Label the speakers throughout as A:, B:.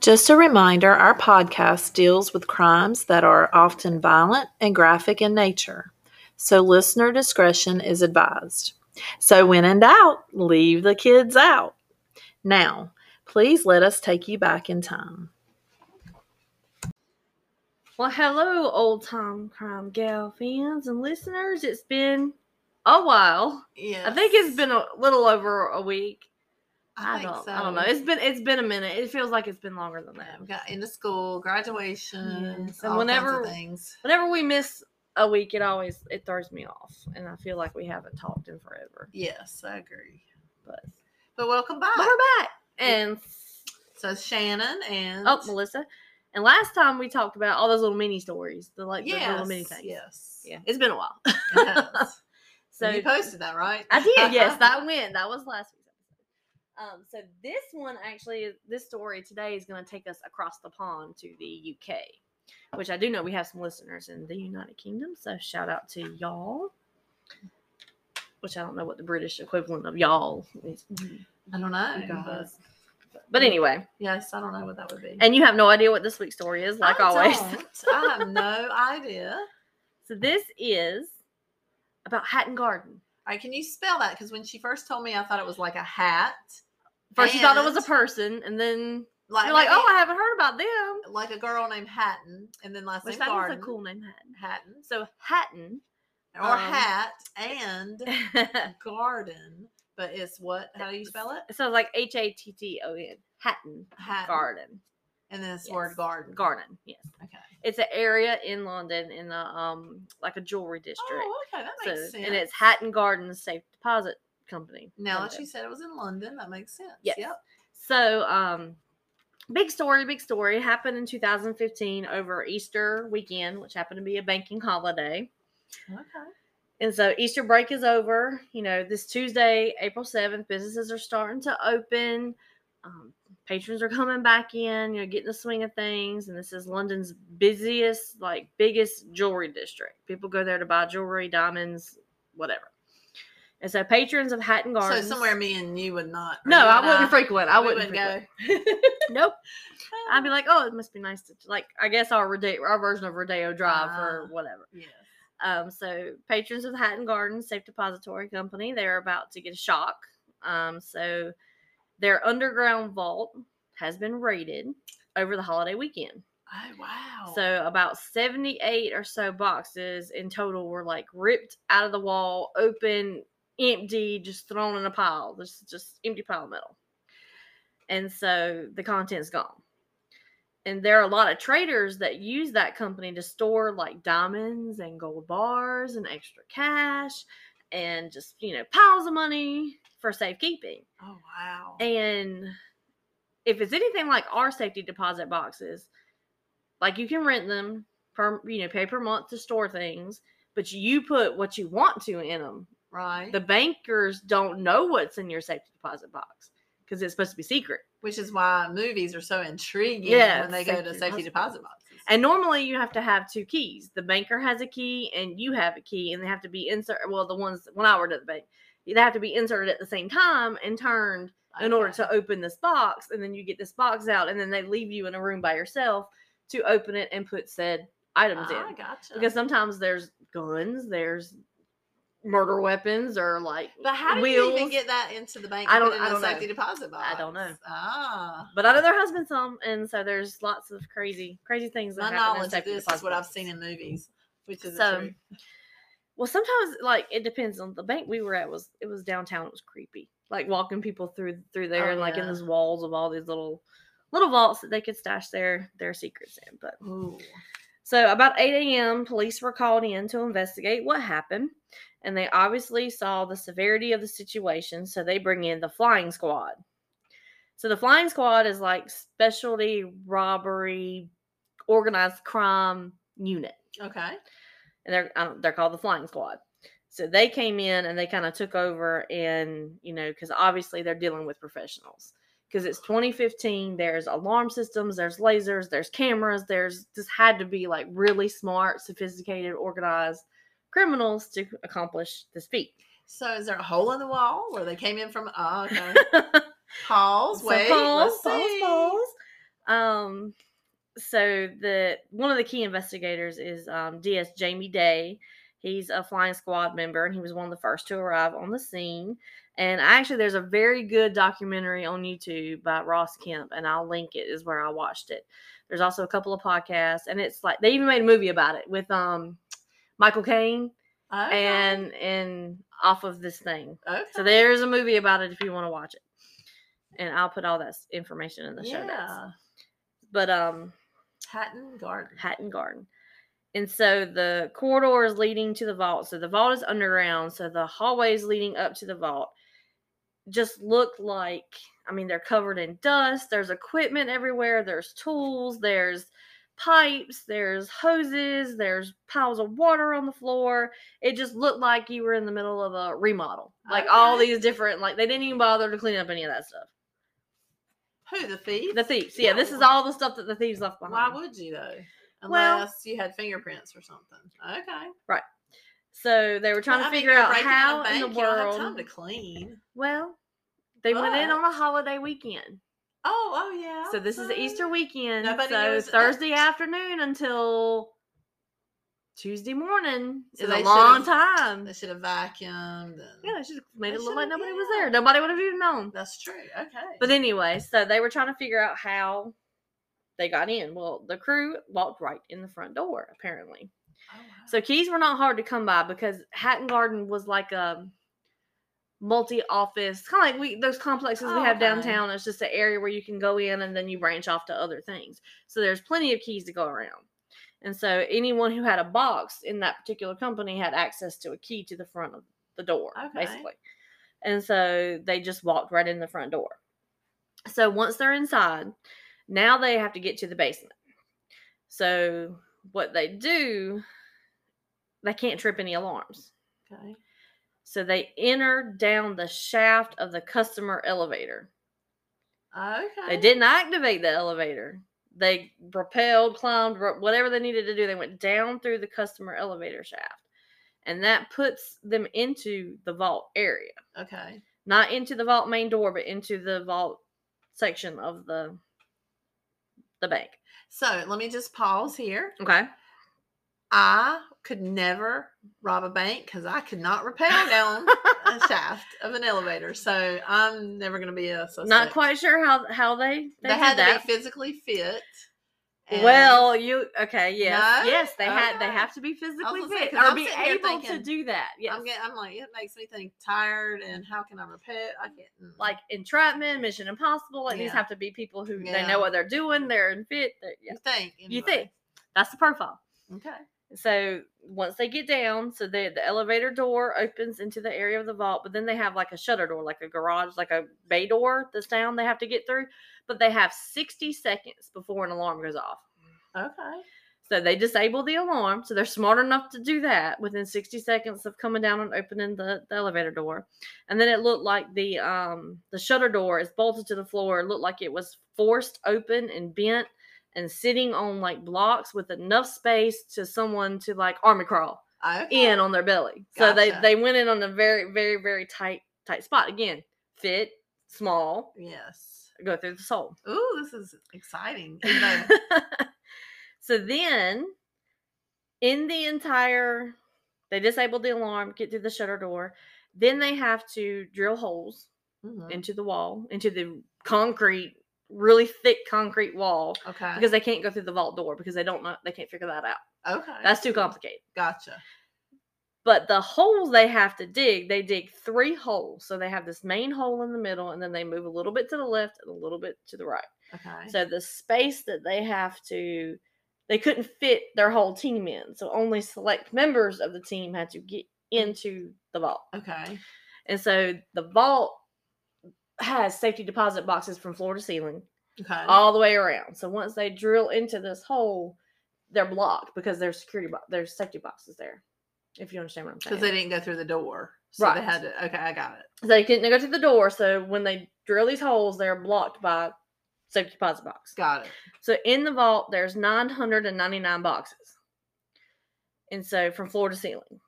A: Just a reminder our podcast deals with crimes that are often violent and graphic in nature, so listener discretion is advised. So, when in doubt, leave the kids out. Now, please let us take you back in time.
B: Well, hello, old time crime gal fans and listeners. It's been a while.
C: Yeah.
B: I think it's been a little over a week.
C: I, think
B: don't.
C: so.
B: I don't know. It's been it's been a minute. It feels like it's been longer than that.
C: we got into school, graduation,
B: Yes, and
C: all
B: whenever-
C: kinds of things.
B: Whenever we miss a week, it always it throws me off, and I feel like we haven't talked in forever.
C: Yes, I agree.
B: But
C: But welcome
B: but
C: back.
B: we're back, and
C: So it's Shannon and
B: oh, Melissa. And last time we talked about all those little mini stories, the like the
C: yes,
B: little mini things.
C: yes,
B: yeah. It's been a while.
C: Yes.
B: So
C: you posted that, right?
B: I did, yes, that went. That was last week's episode. Um, so this one actually, this story today is going to take us across the pond to the UK, which I do know we have some listeners in the United Kingdom. So shout out to y'all, which I don't know what the British equivalent of y'all is.
C: Oh, I don't know.
B: You
C: But,
B: guys. But anyway,
C: yes, I don't know what that would be.
B: and you have no idea what this week's story is, like
C: I
B: always.
C: don't. I have no idea.
B: So this is about Hatton Garden.
C: All right, can you spell that? Because when she first told me, I thought it was like a hat.
B: First, you thought it was a
C: And-
B: person, and then
C: Like,
B: you're like,
C: maybe
B: "Oh, I haven't heard about them."
C: like a girl named Hatton, and then last
B: Which
C: name
B: that is
C: Garden.
B: a cool name, Hatton.
C: Hatton.
B: So Hatton.
C: or
B: Um,
C: hat and garden, but it's what? How do you spell it?
B: so like H A T T O N. Hatton
C: Hat
B: Garden.
C: and then this
B: yes.
C: word garden.
B: Garden. Yes.
C: Okay.
B: It's an area in London in a um like a jewelry district.
C: Oh, okay, that makes
B: So-
C: sense.
B: And it's Hatton Garden Safe Deposit Company.
C: now that
B: Limited.
C: you said it was in London, that makes sense.
B: Yes.
C: Yep.
B: So um big story, big story happened in 2015 over Easter weekend, which happened to be a banking holiday.
C: Okay.
B: And so Easter break is over. You know, this Tuesday, April 7th, businesses are starting to open. Um, patrons are coming back in, you know, getting the swing of things. And this is London's busiest, like biggest jewelry district. People go there to buy jewelry, diamonds, whatever. And so patrons of Hatton Gardens.
C: So somewhere me and you would not. or
B: No,
C: you
B: I
C: and
B: wouldn't frequent. I
C: we
B: wouldn't,
C: wouldn't
B: frequent. nope. I'd be like, oh, it must be nice to like. I guess our Rodeo, our version of Rodeo Drive or
C: Ah.
B: whatever.
C: Yes.
B: Um, so patrons of the Hatton Garden Safe Depository Company, they're about to get a shock. Um, so their underground vault has been raided over the holiday weekend.
C: Oh wow.
B: So about 78 or so boxes in total were like ripped out of the wall, open, empty, just thrown in a pile. This is just empty pile of metal. And so the content's gone. And there are a lot of traders that use that company to store like diamonds and gold bars and extra cash and just, you know, piles of money for safekeeping.
C: oh wow.
B: And if it's anything like our safety deposit boxes, like you can rent them per you know pay per month to store things, but you put what you want to in them.
C: right.
B: The bankers don't know what's in your safety deposit box because it's supposed to be secret.
C: Which is why movies are so intriguing
B: Yeah,
C: when they go to
B: safety deposit.
C: safety deposit boxes.
B: And normally you have to have two keys. The banker has a key and you have a key, and they have to be inserted. Well, the ones when I worked at the bank, they have to be inserted at the same time and turned in order
C: Okay.
B: to open this box and then you get this box out and then they leave you in a room by yourself to open it and put said items
C: Ah,
B: in
C: gotcha.
B: because sometimes there's guns there's murder weapons or like
C: But how do you even
B: wheels.
C: get that into the bank?
B: I
C: and
B: don't-
C: put it
B: I
C: in the
B: don't know.
C: safety deposit box.
B: I don't know.
C: Ah,
B: but I know there has been some, and so there's lots of crazy, crazy things. That happen
C: my
B: in
C: knowledge of
B: safety
C: this is
B: deposit
C: what I've
B: boxes.
C: seen in movies, which is
B: So,
C: the truth.
B: Well, sometimes like it depends on the bank we were at was it was downtown. It was creepy, like walking people through through there
C: Oh,
B: and like in
C: yeah.
B: these walls of all these little little vaults that they could stash their their secrets in. But
C: Ooh.
B: So, about 8 a.m., police were called in to investigate what happened, and they obviously saw the severity of the situation, so they bring in the flying squad. So, the flying squad is like specialty robbery, organized crime unit,
C: Okay.
B: and they're I don't, they're called the flying squad. So they came in and they kind of took over, and you know, because obviously they're dealing with professionals. Because it's 2015, there's alarm systems, there's lasers, there's cameras, there's just had to be like really smart, sophisticated, organized criminals to accomplish this feat.
C: So is there a hole in the wall where they came in from? Oh, okay.
B: so
C: Pause. wait.
B: pause,
C: let's
B: pause,
C: see.
B: pause. Um, so the one of the key investigators is um, DS Jamie Day. He's a flying squad member, and he was one of the first to arrive on the scene. And actually, there's a very good documentary on YouTube by Ross Kemp, and I'll link it. Is where I watched it. There's also a couple of podcasts, and it's like they even made a movie about it with um Michael Caine
C: Okay.
B: and and off of this thing.
C: okay.
B: So there's a movie about it if you want to watch it. And I'll put all that s- information in the show notes.
C: yeah.
B: But um
C: Hatton Garden.
B: Hatton Garden. And so the corridor is leading to the vault. So the vault is underground. So the hallways leading up to the vault just look like I mean, they're covered in dust. There's equipment everywhere. There's tools. There's pipes. There's hoses. There's piles of water on the floor. It just looked like you were in the middle of a remodel. Like all
C: Okay.
B: these different, like they didn't even bother to clean up any of that stuff.
C: Who the thief?
B: The thieves. Yeah,
C: Yeah,
B: this is
C: why-
B: all the stuff that the thieves left behind.
C: Why would you though?
B: Well-
C: Unless you had fingerprints or something. Okay.
B: So they were trying
C: Well, I
B: to
C: mean,
B: figure
C: you're
B: out
C: breaking
B: how in
C: bank,
B: the
C: you don't have time
B: world.
C: to clean.
B: Well, they went in
C: But-
B: on a holiday weekend.
C: Oh, oh yeah.
B: So this is the
C: okay.
B: Easter weekend.
C: Nobody
B: so
C: knows that-
B: Thursday afternoon until Tuesday morning
C: So
B: is
C: they
B: a
C: should've-
B: long time.
C: They should have vacuumed. And...
B: Yeah, they should have made
C: they
B: it look
C: should've-
B: like nobody was
C: yeah.
B: there. Nobody would have even known.
C: That's true. Okay.
B: But anyway, so they were trying to figure out how they got in. Well, the crew walked right in the front door, apparently.
C: Oh, wow.
B: So keys were not hard to come by because Hatton Garden was like a multi-office, kind of like we those complexes
C: Oh,
B: we have
C: okay.
B: downtown. It's just an area where you can go in and then you branch off to other things. So there's plenty of keys to go around. And so anyone who had a box in that particular company had access to a key to the front of the door,
C: Okay.
B: basically. And so they just walked right in the front door. So once they're inside, now they have to get to the basement. So what they do, they can't trip any alarms.
C: okay.
B: So they enter down the shaft of the customer elevator.
C: Okay.
B: They didn't activate the elevator. They rappelled, climbed, ro- whatever they needed to do. They went down through the customer elevator shaft. And that puts them into the vault area.
C: Okay.
B: Not into the vault main door, but into the vault section of the the bank.
C: So let me just pause here.
B: Okay.
C: I could never rob a bank because I could not rappel down a shaft of an elevator. So I'm never going to be a suspect.
B: Not quite sure how how they
C: They,
B: did
C: had to
B: that.
C: be physically fit. and-
B: Well, you okay? Yes,
C: No?
B: yes. They had. They
C: Okay.
B: have to be physically
C: gonna say,
B: fit
C: 'cause
B: or
C: I'm
B: be
C: sitting here
B: able to
C: thinking,
B: do that. Yes,
C: I'm, getting, I'm like, it makes me think tired and how can I repel? I can't. mm.
B: like Entrapment, Mission Impossible. Like these
C: Yeah.
B: have to be people who they
C: Yeah.
B: know what they're doing. They're in fit. They're, yeah.
C: you think.
B: You think
C: anyway.
B: that's the profile.
C: Okay.
B: So once they get down, so the the elevator door opens into the area of the vault, but then they have like a shutter door, like a garage, like a bay door that's down. They have to get through, but they have sixty seconds before an alarm goes off.
C: Okay.
B: So they disable the alarm. So they're smart enough to do that within 60 seconds of coming down and opening the, the elevator door. And then it looked like the um the shutter door is bolted to the floor. It looked like it was forced open and bent and sitting on like blocks with enough space to someone to like army crawl
C: Okay.
B: in on their belly. So they
C: Gotcha.
B: they went in on a very, very, very tight, tight spot. Again, fit, small,
C: Yes.
B: go through the sole.
C: Ooh, this is exciting. even though-
B: so then, in the entire, they disable the alarm, get through the shutter door. Then they have to drill holes
C: Mhm.
B: into the wall, into the concrete, really thick concrete wall,
C: Okay.
B: because they can't go through the vault door because they don't know, they can't figure that out.
C: okay.
B: That's too complicated.
C: Gotcha.
B: But the holes they have to dig, they dig three holes. So they have this main hole in the middle, and then they move a little bit to the left and a little bit to the right.
C: Okay.
B: So the space that they have to, they couldn't fit their whole team in. So only select members of the team had to get into the vault.
C: okay.
B: And so the vault has safety deposit boxes from floor to ceiling
C: Okay.
B: all the way around. So once they drill into this hole, they're blocked because there's security, bo- there's safety boxes there. If you understand what I'm saying.
C: because they didn't go through the door. So
B: Right.
C: they had to. Okay, I got it.
B: So they couldn't go to the door. So when they drill these holes, they're blocked by safety deposit box.
C: Got it.
B: So in the vault, there's 999 boxes. And so from floor to ceiling.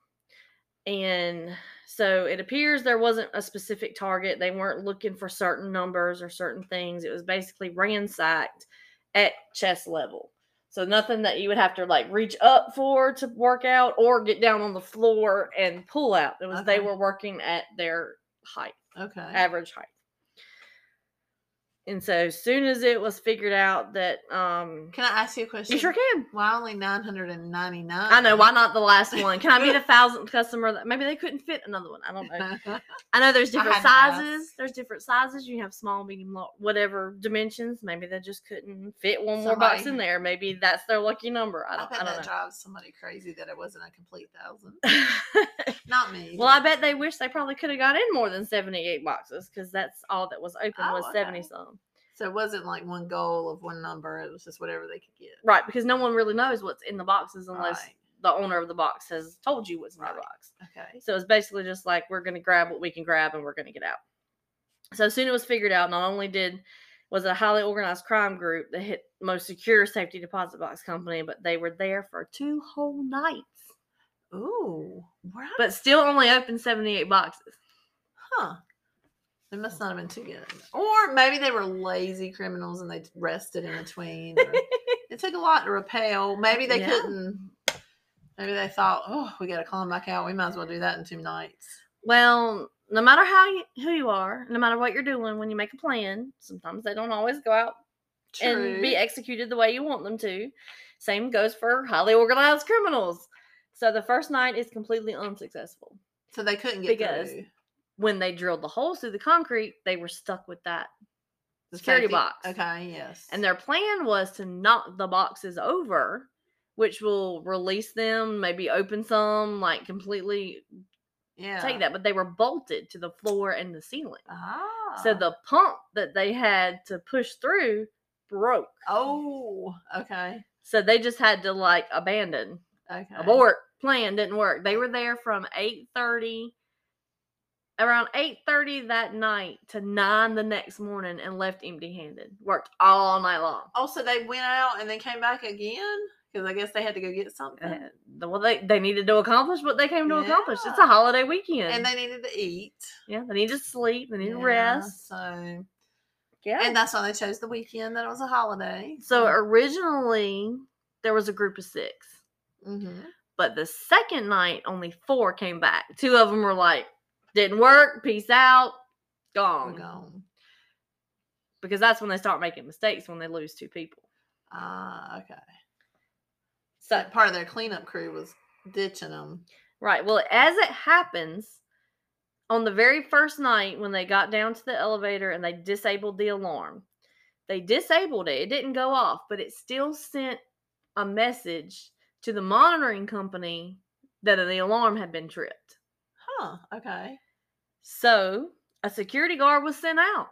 B: And so it appears there wasn't a specific target. They weren't looking for certain numbers or certain things. It was basically ransacked at chest level. So nothing that you would have to like reach up for to work out or get down on the floor and pull out. It was they
C: Okay.
B: were working at their height,
C: Okay.
B: average height. And so as soon as it was figured out that um
C: Can I ask you a question?
B: you sure can.
C: Why only 999?
B: I know, why not the last one? Can I be the thousandth customer that maybe they couldn't fit another one? I don't know. I know there's
C: I
B: different
C: had to ask.
B: sizes. There's different sizes. You have small, medium, large, whatever dimensions. Maybe they just couldn't fit one more box
C: Somebody-
B: in there. Maybe that's their lucky number. I
C: I
B: don't,
C: bet
B: I
C: that
B: don't
C: drives somebody crazy that it wasn't a complete thousand.
B: know.
C: Not me.
B: well, I bet they wish they probably could have got in more than 78 boxes because that's all that was open
C: Oh,
B: was 70
C: okay.
B: some.
C: So it wasn't like one goal of one number. It was just whatever they could get.
B: Right, because no one really knows what's in the boxes unless
C: Right.
B: the owner of the box has told you what's in
C: Right.
B: the box.
C: Okay.
B: So it's basically just like we're going to grab what we can grab and we're going to get out. So as soon as it was figured out, not only did was it a highly organized crime group that hit most secure safety deposit box company, but they were there for two whole nights,
C: Ooh. Right.
B: but still only opened seventy eight boxes.
C: Huh. They must not have been too good. Or maybe they were lazy criminals and they rested in between. or- it took a lot to repel. Maybe they
B: Yeah.
C: couldn't. Maybe they thought, oh, we got to climb back out. We might as well do that in two nights.
B: Well, no matter how you, who you are, no matter what you're doing, when you make a plan, sometimes they don't always go out and be executed the way you want them to. Same goes for highly organized criminals. So the first night is completely unsuccessful.
C: so they couldn't get
B: because
C: through.
B: when they drilled the holes through the concrete, they were stuck with that.
C: The
B: security
C: safety-
B: box.
C: Okay, yes.
B: And their plan was to knock the boxes over, which will release them, maybe open some, like completely
C: yeah.
B: take that. But they were bolted to the floor and the ceiling.
C: Ah.
B: So the pump that they had to push through broke.
C: Oh, okay.
B: So they just had to like abandon.
C: Okay.
B: Abort. Plan didn't work. They were there from 8:30 around 8:30 that night to 9 the next morning and left empty-handed. Worked all night long.
C: Oh, so they went out and then came back again? Because I guess they had to go get something.
B: Uh, Well, they, they needed to accomplish what they came to accomplish. It's a
C: Uh-huh. Yeah.
B: holiday weekend.
C: And they needed to eat.
B: yeah, they need to sleep. They need to
C: Yeah,
B: rest.
C: So
B: Yeah.
C: And that's why they chose the weekend that it was a holiday.
B: so originally there was a group of six,
C: hmm
B: but the second night only four came back. Two of them were like, "Didn't work. Peace out.
C: we're
B: Gone."
C: gone.
B: because that's when they start making mistakes when they lose two people.
C: Ah, okay.
B: So
C: That part of their cleanup crew was ditching them.
B: right, well, as it happens, on the very first night when they got down to the elevator and they disabled the alarm, they disabled it. It didn't go off, but it still sent a message to the monitoring company that the alarm had been tripped.
C: Huh. Okay.
B: So a security guard was sent out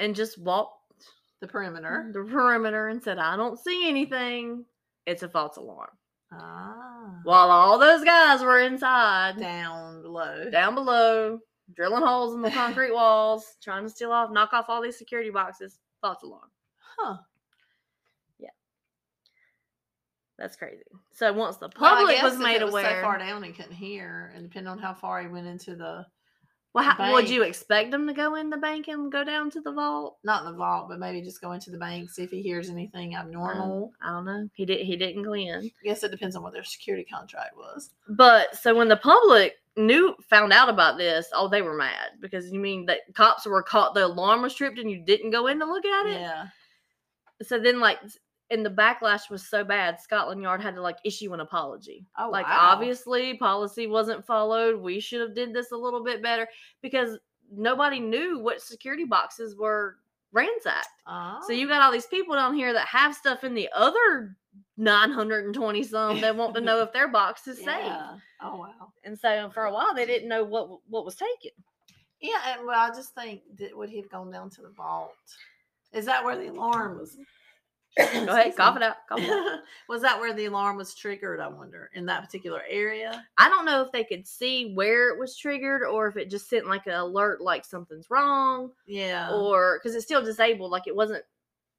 B: and just walked
C: The perimeter.
B: the perimeter and said, "I don't see anything. It's a false alarm."
C: Ah.
B: While all those guys were inside, down,
C: down low.
B: below, drilling holes in the concrete walls, trying to steal off, knock off all these security boxes, false alarm.
C: Huh.
B: That's crazy. So once the
C: Well, I
B: public
C: guess
B: was
C: if
B: made
C: it
B: aware,
C: so far down and couldn't hear, and depending on how far he went into the
B: well, how, would you
C: bank.
B: expect them to go in the bank and go down to the vault?
C: not in the vault, but maybe just go into the bank, see if he hears anything abnormal.
B: I don't know. He did. He didn't go in.
C: I guess it depends on what their security contract was.
B: But so when the public knew, found out about this, oh, they were mad because you mean that cops were caught, the alarm was tripped, and you didn't go in to look at it.
C: Yeah.
B: so then like s- and the backlash was so bad scotland yard had to like issue an apology
C: Oh,
B: like
C: wow.
B: obviously policy wasn't followed we should have did this a little bit better because nobody knew what security boxes were ransacked
C: Oh.
B: so you got all these people down here that have stuff in the other 920 some that want to know if their box is safe
C: yeah. Oh wow.
B: and so for a while they didn't know what what was taken
C: Yeah. And, well, I just think that would he have gone down to the vault? Is that where the alarm was?
B: go ahead cough it out cough it out
C: was that where the alarm was triggered? I wonder in that particular area.
B: I don't know if they could see where it was triggered or if it just sent like an alert like something's wrong
C: Yeah.
B: or because it's still disabled, like it wasn't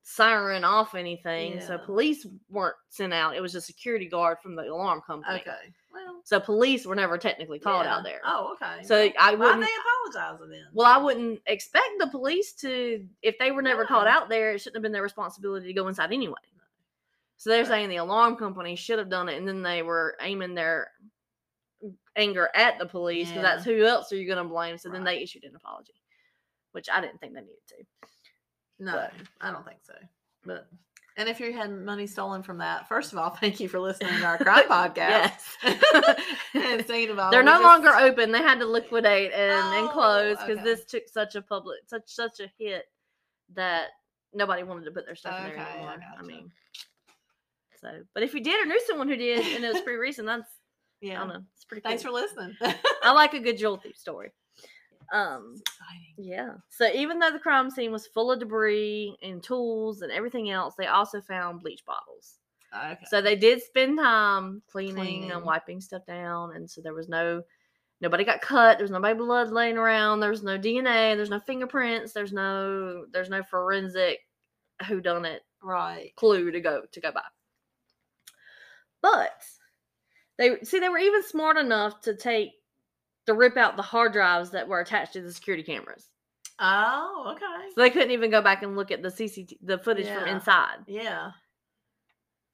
B: siren off anything. So
C: Yeah.
B: police weren't sent out. It was a security guard from the alarm company.
C: Okay. Well,
B: So police were never technically called
C: yeah.
B: out there.
C: Oh, okay.
B: So I
C: why
B: wouldn't.
C: they apologizing then?
B: Well, I wouldn't expect the police to, if they were never called
C: No.
B: out there, it shouldn't have been their responsibility to go inside anyway. So they're
C: Right.
B: saying the alarm company should have done it, and then they were aiming their anger at the police because
C: Yeah.
B: that's who else are you going to blame? So then
C: Right.
B: they issued an apology, which I didn't think they needed to.
C: No,
B: but-
C: I don't think so. But and if you had money stolen from that, first of all, thank you for listening to our crime podcast.
B: Yes.
C: and second of all,
B: They're
C: we
B: no
C: just-
B: longer open. They had to liquidate and, and
C: Oh,
B: close because
C: okay.
B: this took such a public, such such a hit that nobody wanted to put their stuff in
C: Okay,
B: there
C: I
B: anymore. I,
C: gotcha.
B: mean, so but if you did or knew someone who did and it was pretty recent, that's I
C: Yeah.
B: don't know. It's pretty.
C: Thanks for
B: cool.
C: listening.
B: I like a good jewel thief story. Um.
C: Exciting.
B: Yeah. So even though the crime scene was full of debris and tools and everything else, they also found bleach bottles.
C: Okay.
B: So they did spend time cleaning,
C: Cleaning.
B: and wiping stuff down, and so there was no nobody got cut. There was nobody blood laying around. There was no DNA. There's no fingerprints. There's no there's no forensic who done it
C: Right.
B: clue to go to go by. But they see they were even smart enough to take to rip out the hard drives that were attached to the security cameras.
C: Oh, okay.
B: So they couldn't even go back and look at the CCT the footage from
C: Yeah.
B: inside.
C: Yeah.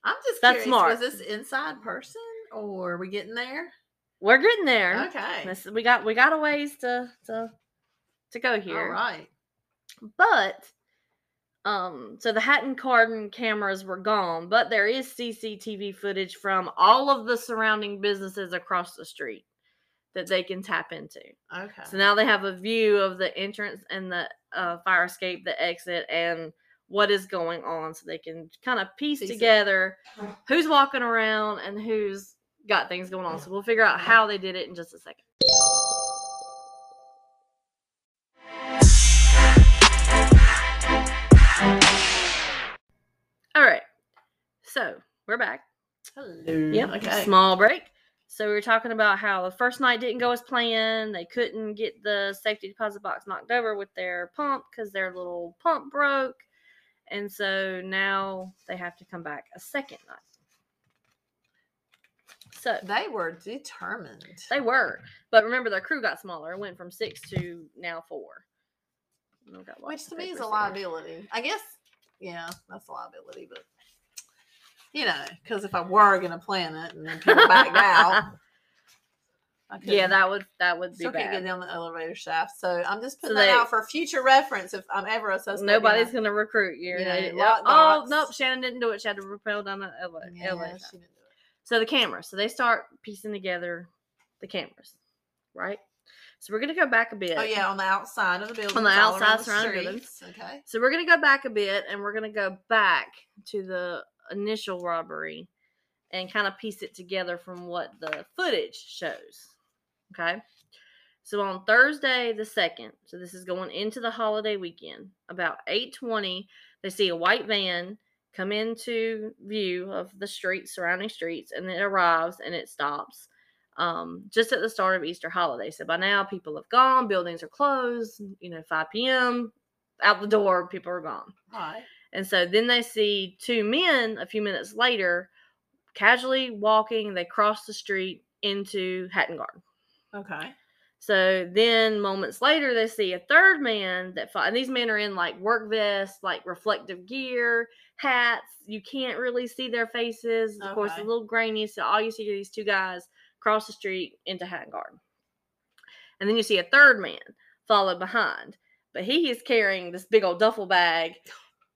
C: I'm just
B: That's
C: curious,
B: smart.
C: was this inside person or are we getting there?
B: We're getting there.
C: Okay.
B: This, we got we got a ways to to to go here.
C: All right.
B: But um so the Hatton Carden cameras were gone, but there is CCTV footage from all of the surrounding businesses across the street that they can tap into.
C: Okay.
B: So now they have a view of the entrance and the uh, fire escape, the exit, and what is going on, so they can kind of piece
C: Piece it.
B: together who's walking around and who's got things going on. So we'll figure out how they did it in just a second. All right, so we're back.
C: Hello.
B: Yep.
C: Okay.
B: Mm-hmm. Small break. So we were talking about how the first night didn't go as planned. They couldn't get the safety deposit box knocked over with their pump because their little pump broke. And so now they have to come back a second night. So
C: They were determined.
B: they were. But remember their crew got smaller. It went from six to now four. And I've got
C: Which
B: lots
C: to
B: of
C: me is
B: papers
C: a
B: here.
C: liability. I guess, yeah, that's a liability, but you know, because if I were going to plan it and then people backed out, I
B: Yeah,
C: couldn't-
B: that would that would be
C: still can't get
B: bad.
C: down the elevator shaft. So I'm just putting
B: So
C: that
B: they-
C: out for future reference if I'm ever associated.
B: Nobody's gonna recruit you.
C: Yeah,
B: They-
C: lock
B: oh
C: box.
B: nope, Shannon didn't do it. She had to rappel down the ele-
C: to.
B: elevator.
C: she didn't do it.
B: So the cameras. So they start piecing together the cameras, right? So we're gonna go back a bit.
C: Oh yeah, on the outside of the building.
B: outside surrounding buildings.
C: Okay.
B: So we're gonna go back a bit, and we're gonna go back to the initial robbery, and kind of piece it together from what the footage shows. Okay. So on Thursday the second, so this is going into the holiday weekend. About eight twenty, they see a white van come into view of the streets, surrounding streets, and it arrives and it stops um, just at the start of Easter holiday. So by now, people have gone, buildings are closed, you know, 5 p.m., out the door, people are gone.
C: Right.
B: And so then they see two men a few minutes later casually walking, they cross the street into Hatton Garden.
C: Okay.
B: So then moments later, they see a third man that, fo- and these men are in like work vests, like reflective gear, hats. You can't really see their faces. Of course, it's a
C: Okay.
B: little grainy. So all you see are these two guys cross the street into Hatton Garden. And then you see a third man followed behind, but he is carrying this big old duffel bag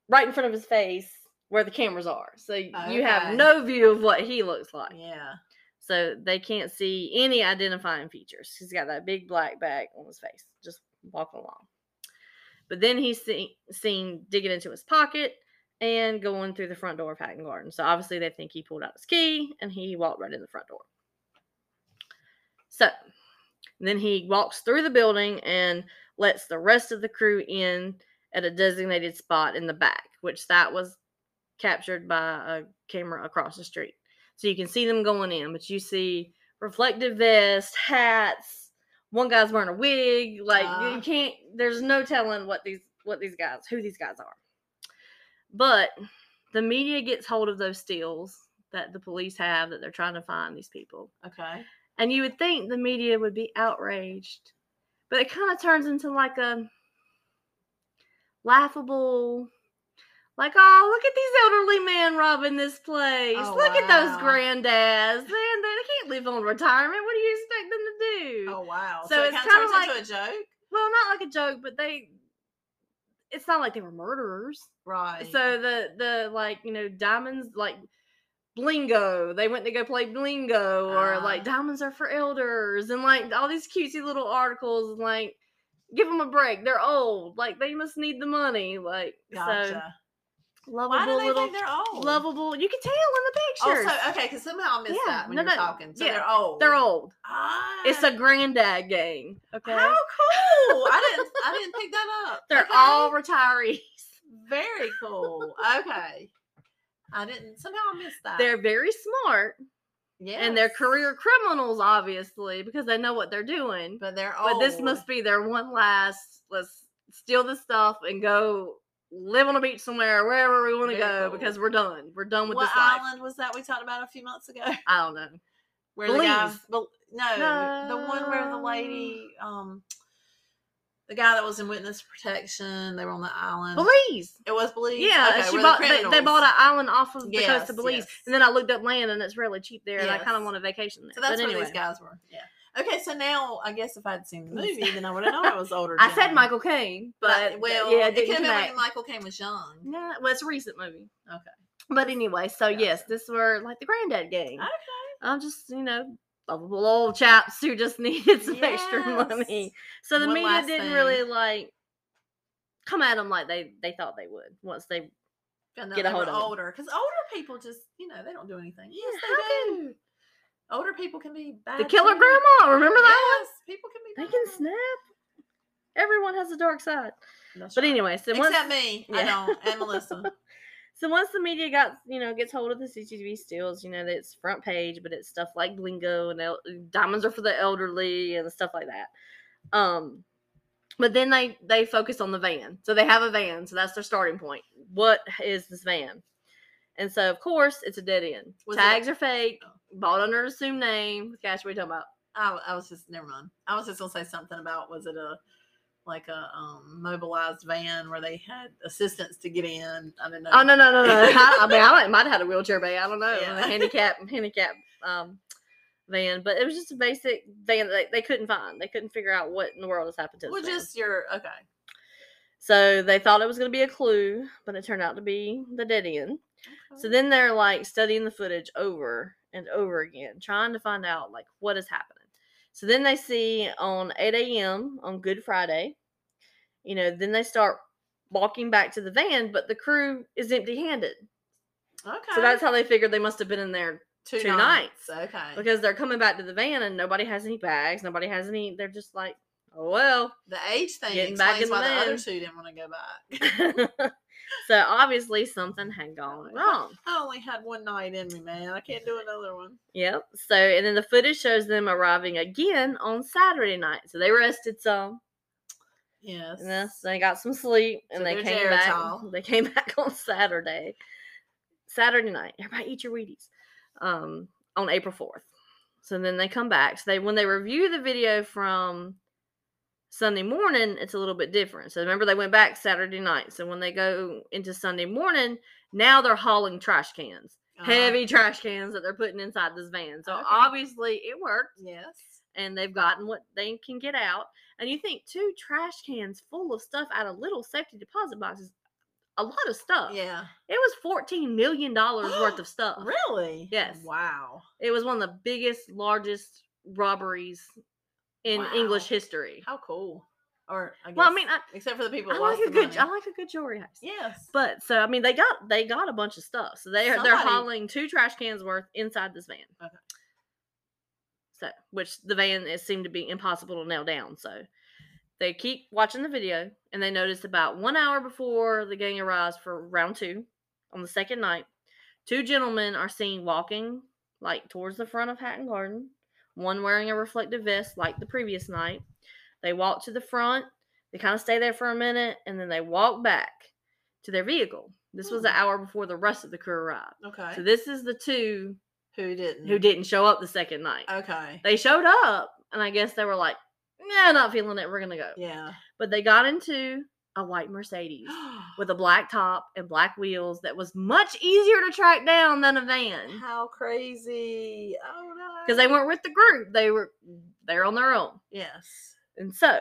B: right in front of his face where the cameras are. So y- you have
C: Okay.
B: no view of what he looks like.
C: Yeah.
B: So they can't see any identifying features. He's got that big black bag on his face, just walking along. But then he's see- seen digging into his pocket and going through the front door of Hatton Garden. So obviously they think he pulled out his key and he walked right in the front door. So then he walks through the building and lets the rest of the crew in at a designated spot in the back, which that was captured by a camera across the street. So you can see them going in, but you see reflective vests, hats. One guy's wearing a wig. Like you
C: Ah.
B: can't. There's no telling what these what these guys who these guys are. But the media gets hold of those steals that the police have that they're trying to find these people.
C: Okay.
B: And you would think the media would be outraged, but it kind of turns into like a laughable, like, oh, look at these elderly men robbing this place.
C: Oh,
B: look at those
C: wow.
B: granddads. Man, they can't live on retirement. What do you expect them to do?
C: Oh wow.
B: So
C: it
B: it's
C: kinda
B: kinda
C: turns into a joke.
B: Well, not like a joke, but they. It's not like they were murderers.
C: Right.
B: So the the like you know diamonds like blingo. They went to go play blingo or
C: Ah.
B: like diamonds are for elders and like all these cutesy little articles and like give them a break. They're old. Like they must need the money. Like
C: gotcha.
B: so lovable
C: Why do they
B: little
C: think they're old?
B: lovable. You can tell in the pictures.
C: Also, okay, because somehow I missed
B: Yeah,
C: that when
B: no,
C: you
B: no,
C: were talking. So
B: yeah,
C: they're old.
B: They're old.
C: Ah,
B: It's a granddad gang. Okay.
C: how cool! I didn't I didn't pick that up.
B: They're
C: Okay.
B: all retirees.
C: very cool. Okay, I didn't somehow I missed that.
B: They're very smart
C: yes.
B: and they're career criminals, obviously, because they know what they're doing.
C: but they're old.
B: But this must be their one last. Let's steal this stuff and go live on a beach somewhere, wherever we want to
C: Very
B: go,
C: cool.
B: because we're done. We're done with
C: what
B: this life.
C: island was that we talked about a few months ago?
B: I don't
C: um,
B: know.
C: Where the guy,
B: Belize.
C: no, the one where the
B: No.
C: lady, um, the guy that was in witness protection, they were on the island.
B: Belize.
C: It was Belize.
B: Yeah,
C: okay,
B: she
C: where
B: bought.
C: The
B: They, they
C: criminals.
B: bought an island off of the coast
C: Yes,
B: of Belize,
C: yes.
B: and then I looked up land, and it's really cheap there, and I kind of
C: Yes.
B: want a vacation there.
C: So that's
B: but
C: where
B: anyway,
C: these guys were. Yeah. Okay, so now I guess if I'd seen the movie, then I would have known it was older.
B: I said
C: gentlemen.
B: Michael Caine,
C: Right,
B: but
C: well,
B: yeah,
C: it could
B: didn't
C: have
B: come
C: been
B: back.
C: when Michael Caine was young.
B: No, well, it's a recent movie.
C: Okay.
B: But anyway, so yes,
C: Gotcha.
B: this were like the granddad gang.
C: Okay.
B: I'm just, you know, lovable old chaps who just needed some extra
C: Yes.
B: money. So the
C: One
B: media
C: last
B: didn't
C: thing.
B: really like come at them like they they thought they would once they.
C: Found out
B: Get a
C: they were
B: hold of 'em.
C: older because older people just you know they don't do anything. Yes, they
B: how
C: do.
B: can
C: Older people can be bad.
B: the killer
C: too.
B: grandma? Remember that
C: Yes, people can be.
B: one? They
C: Bad.
B: can snap. Everyone has a dark side.
C: That's
B: But
C: right.
B: anyway, so once
C: except me, I
B: yeah.
C: don't. And Melissa.
B: So once the media got, you know, gets hold of the CCTV stills, you know, that it's front page, but it's stuff like Blingo and el- Diamonds are for the elderly and stuff like that. Um, but then they they focus on the van. So they have a van, so that's their starting point. What is this van? And so of course it's a dead end.
C: Was it-
B: Tags are fake,
C: Oh.
B: bought under an assumed name. Cash, what are you talking about?
C: I, I was just never mind. I was just gonna say something about was it a like a um, mobilized van where they had assistants to get in. I don't know.
B: Oh no no no no! I, I mean, I might- might have had a wheelchair bay. I don't know.
C: Yeah.
B: A handicap handicap um, van, but it was just a basic van that they, they couldn't find. They couldn't figure out what in the world has happened to.
C: Well,
B: this van.
C: just your okay.
B: so they thought it was going to be a clue, but it turned out to be the dead end. So
C: Okay.
B: then they're like studying the footage over and over again, trying to find out like what is happening. So then they see on 8 a.m. on Good Friday, you know, then they start walking back to the van, but the crew is empty handed.
C: okay.
B: So that's how they figured they must have been in there
C: two,
B: two
C: nights. Okay.
B: because they're coming back to the van and nobody has any bags, nobody has any. They're just like, oh well.
C: The age thing
B: Getting back
C: explains
B: in the
C: why the other
B: van.
C: two didn't want to go back.
B: so obviously something had gone wrong.
C: I only had one night in me, man. I can't do another one.
B: Yep. So and then the footage shows them arriving again on Saturday night. So they rested some,
C: Yes.
B: and then they got some sleep, and
C: So
B: they
C: they're
B: came back.
C: Geritol.
B: They came back on Saturday. Saturday night, everybody eat your Wheaties. Um, on April fourth. So then they come back. So they when they review the video from Sunday morning, it's a little bit different. So remember they went back Saturday night. So when they go into Sunday morning, now they're hauling trash cans.
C: Uh-huh.
B: Heavy trash cans that they're putting inside this van. So
C: Okay.
B: obviously it worked
C: Yes.
B: and they've gotten what they can get out. And you think two trash cans full of stuff out of little safety deposit boxes, a lot of stuff.
C: Yeah.
B: It was fourteen million dollars worth of stuff.
C: Really?
B: uh, Yes.
C: Wow.
B: It was one of the biggest, largest robberies in English
C: Wow.
B: history.
C: How cool. Or I guess,
B: Well, I mean, I,
C: except for the people.
B: I
C: that
B: like
C: lost
B: a
C: the
B: good, I
C: money.
B: like a good jewelry heist.
C: Yes.
B: But so I mean, they got they got a bunch of stuff. So they are they're
C: Somebody-
B: hauling two trash cans worth inside this van.
C: Okay.
B: So which the van it seemed to be impossible to nail down. So they keep watching the video and they notice about one hour before the gang arrives for round two on the second night, two gentlemen are seen walking like towards the front of Hatton Garden. One wearing a reflective vest like the previous night. They walk to the front. They kind of stay there for a minute and then they walk back to their vehicle. This was an
C: Hmm.
B: hour before the rest of the crew arrived.
C: Okay.
B: So this is the two
C: who didn't?
B: who didn't show up the second night.
C: Okay.
B: They showed up, and I guess they were like, "Nah, not feeling it. We're gonna go."
C: Yeah.
B: But they got into a white Mercedes with a black top and black wheels that was much easier to track down than a van
C: How crazy. Oh no.
B: because they weren't with the group. They were they're on their own,
C: Yes.
B: and so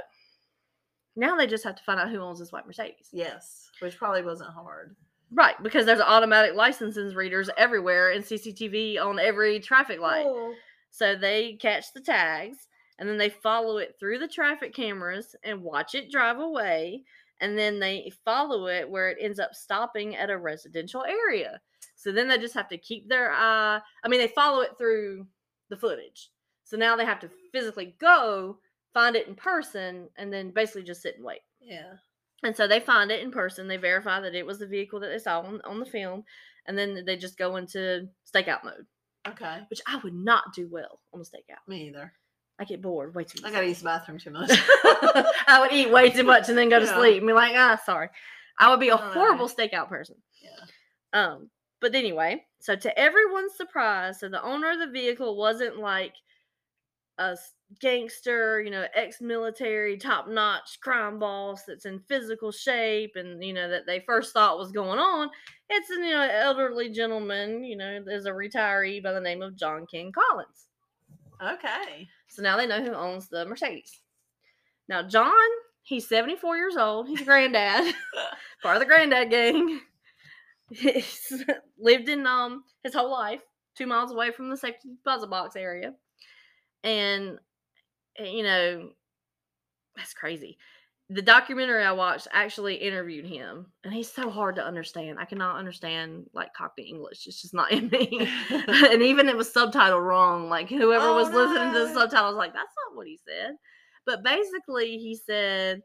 B: now they just have to find out who owns this white Mercedes.
C: Yes. Which probably wasn't hard.
B: Right, because there's automatic licenses readers everywhere and CCTV on every traffic light.
C: Oh.
B: So they catch the tags and then they follow it through the traffic cameras and watch it drive away. And then they follow it where it ends up stopping at a residential area. So then they just have to keep their eye. I mean, they follow it through the footage. So now they have to physically go find it in person and then basically just sit and wait.
C: Yeah.
B: And so they find it in person. They verify that it was the vehicle that they saw on, on the film. And then they just go into stakeout mode,
C: Okay.
B: which I would not do well on a stakeout.
C: Me either.
B: I get bored way too
C: I
B: much.
C: gotta use the bathroom too much.
B: I would eat way too much and then go to
C: Yeah.
B: sleep and be like, ah, sorry. I would be a
C: I know.
B: horrible stakeout person.
C: yeah.
B: Um, but anyway, so to everyone's surprise, so the owner of the vehicle wasn't like a s- gangster, you know, ex-military, top-notch crime boss that's in physical shape and you know that they first thought was going on. It's an you know elderly gentleman, you know, there's a retiree by the name of John King Collins.
C: Okay.
B: So now they know who owns the Mercedes. Now, John, he's 74 years old. He's a granddad, part of the granddad gang. He's lived in um his whole life, two miles away from the safety deposit box area. And, eh, you know, that's crazy. The documentary I watched actually interviewed him, and he's so hard to understand. I cannot understand like cockney English. It's just not in me. and even it was subtitled wrong. Like whoever
C: Oh,
B: was listening to the
C: no.
B: subtitles, like that's not what he said. But basically, he said,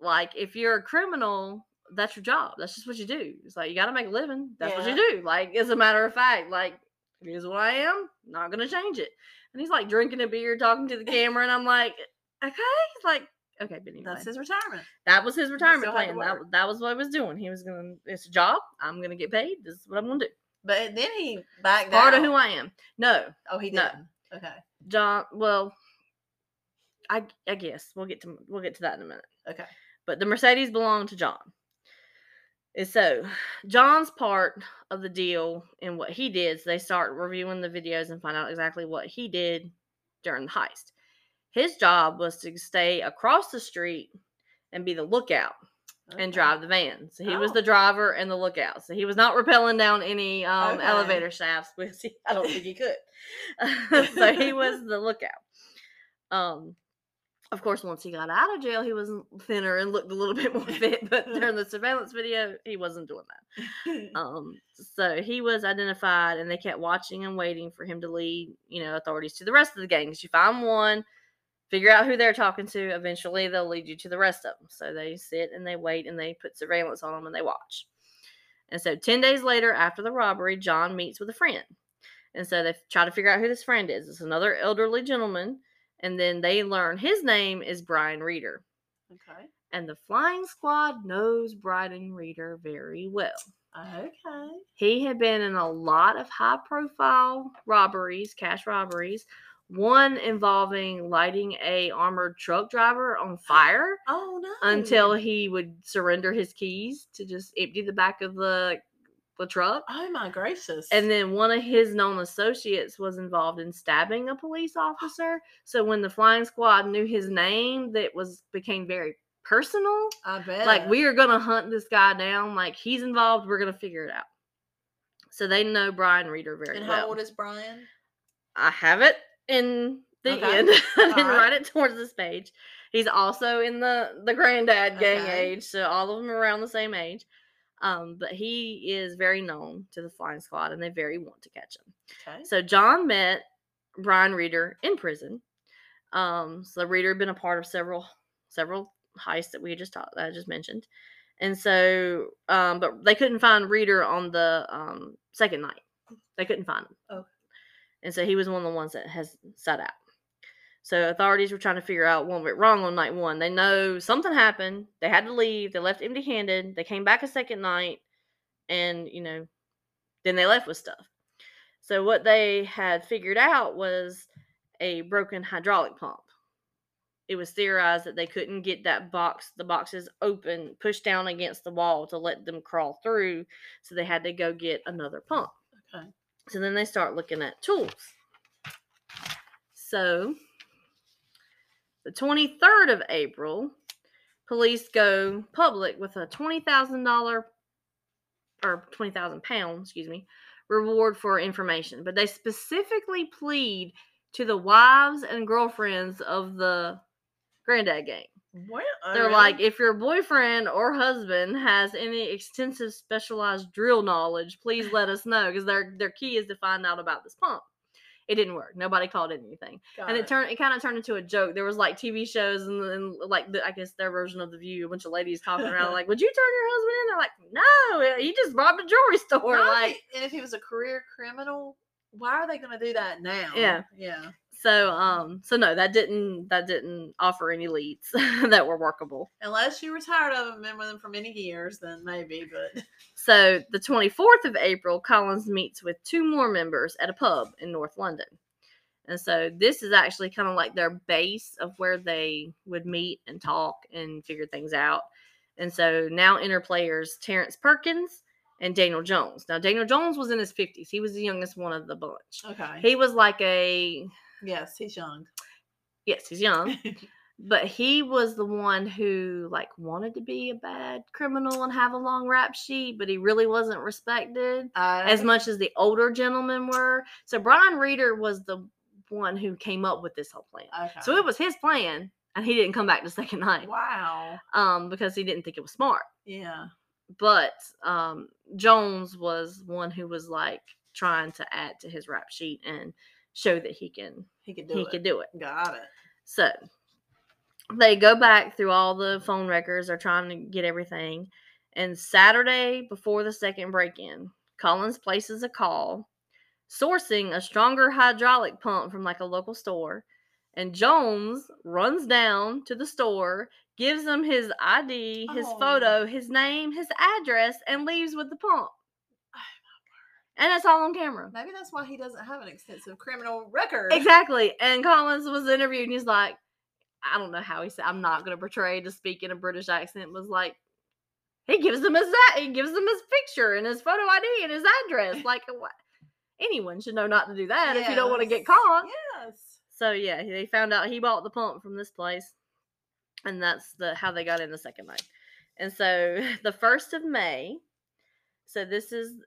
B: like if you're a criminal, that's your job. That's just what you do. It's like you got to make a living. That's what you do. Like as a matter of fact, like it is what I am. Not gonna change it. And he's like drinking a beer, talking to the camera, and I'm like, okay, he's like. Okay, but anyway,
C: That's his retirement.
B: that was his retirement
C: still had to
B: plan. That,
C: work.
B: that was what he was doing. He was gonna, it's a job. I'm gonna get paid. This is what I'm gonna do.
C: But then he backed
B: Part of
C: out.
B: who I am. No,
C: oh, he did.
B: No.
C: not Okay.
B: John. Well, I I guess we'll get to we'll get to that in a minute.
C: Okay.
B: But the Mercedes belonged to John. And so John's part of the deal and what he did is they start reviewing the videos and find out exactly what he did during the heist. His job was to stay across the street and be the lookout
C: okay.
B: and drive the van. So he was
C: Oh.
B: the driver and the lookout. So he was not rappelling down any um,
C: Okay.
B: elevator shafts because he, I don't think he could. so he was the lookout. Um, of course, once he got out of jail, he was thinner and looked a little bit more fit. But during the surveillance video, he wasn't doing that. Um, so he was identified, and they kept watching and waiting for him to lead, you know, authorities to the rest of the gang. 'Cause you find one, figure out who they're talking to. Eventually, they'll lead you to the rest of them. So they sit and they wait, and they put surveillance on them, and they watch. And so ten days later, after the robbery, John meets with a friend, and so they f- try to figure out who this friend is. It's another elderly gentleman, and then they learn his name is Brian Reeder,
C: okay.
B: and the flying squad knows Brian Reeder very well.
C: Okay.
B: He had been in a lot of high profile robberies, cash robberies, one involving lighting a armored truck driver on fire
C: Oh no.
B: until he would surrender his keys to just empty the back of the the truck.
C: Oh my gracious.
B: And then one of his known associates was involved in stabbing a police officer. So when the flying squad knew his name, that was became very personal.
C: I bet.
B: Like we are gonna hunt this guy down. Like he's involved. We're gonna figure it out. So they know Brian Reeder very
C: And
B: well.
C: how old is Brian?
B: I have it in the
C: Okay.
B: end. I didn't
C: Alright.
B: write it towards this page. He's also in the the granddad gang
C: Okay.
B: age, so all of them are around the same age. Um, but he is very known to the flying squad, and they very want to catch him.
C: Okay.
B: So John met Brian Reeder in prison. Um, so Reeder had been a part of several several heists that we just talked that I just mentioned, and so um, but they couldn't find Reeder on the um, second night. They couldn't find him.
C: Okay.
B: And so he was one of the ones that has sat out. So authorities were trying to figure out what went wrong on night one. They know something happened. They had to leave. They left empty handed. They came back a second night and you know then they left with stuff so what they had figured out was a broken hydraulic pump it was theorized that they couldn't get that box the boxes open pushed down against the wall to let them crawl through so they had to go get another pump
C: Okay.
B: so then they start looking at tools so the 23rd of april police go public with a $20000 or 20000 pounds excuse me reward for information but they specifically plead to the wives and girlfriends of the granddad gang
C: What? Oh,
B: they're
C: really?
B: like, if your boyfriend or husband has any extensive specialized drill knowledge, please let us know because their their key is to find out about this pump. It didn't work. Nobody called it anything,
C: Got
B: and it turned it kind of turned into a joke. There was like TV shows and, and like the, I guess their version of the View, a bunch of ladies talking around like, "Would you turn your husband in?" They're like, "No, eh, he just robbed a jewelry store."
C: Why
B: like,
C: would they- and if he was a career criminal, why are they going to do that now?
B: Yeah.
C: Yeah.
B: so um, so no, that didn't that didn't offer any leads that were workable.
C: Unless you were tired of them, been with them for many years, then maybe. But
B: So, the 24th of April, Collins meets with two more members at a pub in North London. And so, this is actually kind of like their base of where they would meet and talk and figure things out. And so, now enter players Terrence Perkins and Daniel Jones. Now, Daniel Jones was in his 50s, he was the youngest one of the bunch.
C: okay.
B: He was like a,
C: yes, he's young.
B: yes, he's young, but he was the one who like wanted to be a bad criminal and have a long rap sheet, but he really wasn't respected. as much as the older gentlemen were. So Brian Reeder was the one who came up with this whole plan.
C: Okay.
B: So it was his plan, and he didn't come back the second night
C: Wow.
B: um, because he didn't think it was smart.
C: Yeah.
B: But um, Jones was one who was like trying to add to his rap sheet and show that he can
C: He could do
B: he
C: it.
B: could do it.
C: Got it.
B: So they go back through all the phone records. They're trying to get everything. And Saturday, before the second break in, Collins places a call, sourcing a stronger hydraulic pump from like a local store. And Jones runs down to the store, gives them his ID, his
C: Oh.
B: photo, his name, his address, and leaves with the pump. And it's all on camera.
C: Maybe that's why he doesn't have an extensive criminal record.
B: Exactly. And Collins was interviewed and he's like, I don't know how he said I'm not gonna portray to speak in a British accent was like he gives him his a- he gives him his picture and his photo ID and his address. Like what anyone should know not to do that if you don't want to get
C: Yes.
B: caught.
C: Yes.
B: So yeah, he- they found out he bought the pump from this place, and that's the how they got in the second night. And so the first of May, so this is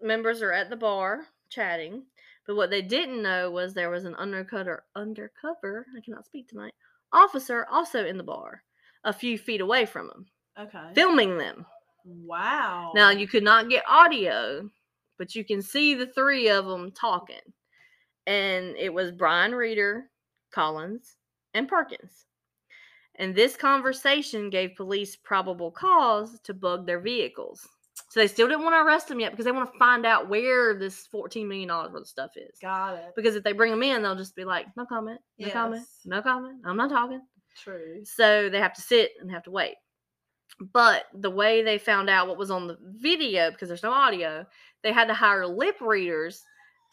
B: members are at the bar chatting, but what they didn't know was there was an undercover undercover I cannot speak tonight officer also in the bar, a few feet away from them,
C: Okay.
B: filming them.
C: Wow.
B: Now you could not get audio, but you can see the three of them talking. And it was Brian Reeder, Collins, and Perkins. And this conversation gave police probable cause to bug their vehicles. So they still didn't want to arrest them yet because they want to find out where this $14 million worth of stuff is.
C: Got it.
B: Because if they bring them in, they'll just be like, no comment, no comment,
C: Yes.
B: no comment, I'm not talking.
C: True.
B: So they have to sit and have to wait. But the way they found out what was on the video, because there's no audio, they had to hire lip readers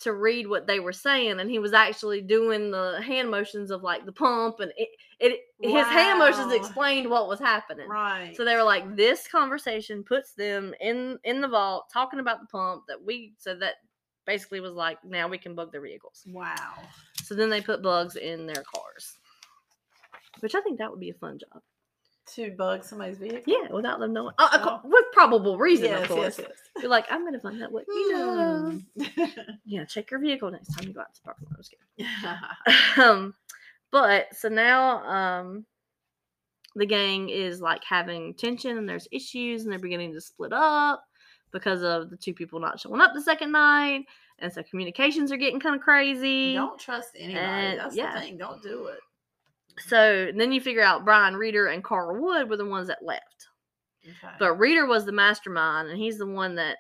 B: to read what they were saying. And he was actually doing the hand motions of like the pump, and it, it his hand motions
C: Wow.
B: explained what was happening.
C: Right.
B: So they were like, this conversation puts them in in the vault talking about the pump that we so that basically was like now we can bug their vehicles.
C: Wow.
B: So then they put bugs in their cars, which I think that would be a fun job.
C: To bug somebody's vehicle.
B: Yeah, without them knowing. Uh, of
C: So-
B: cour- with probable reason,
C: yes,
B: of course.
C: Yes, yes.
B: You're like, I'm going to find out what you know.
C: Hmm.
B: Yeah, check your vehicle next time you go out to park. No, I'm just kidding. um, but so now um, the gang is like having tension and there's issues and they're beginning to split up because of the two people not showing up the second night. And so communications are getting kind of crazy.
C: Don't trust anybody.
B: And-
C: That's
B: yeah.
C: the thing. Don't do it.
B: So then you figure out Brian Reeder and Carl Wood were the ones that left.
C: Okay.
B: But Reader was the mastermind, and he's the one that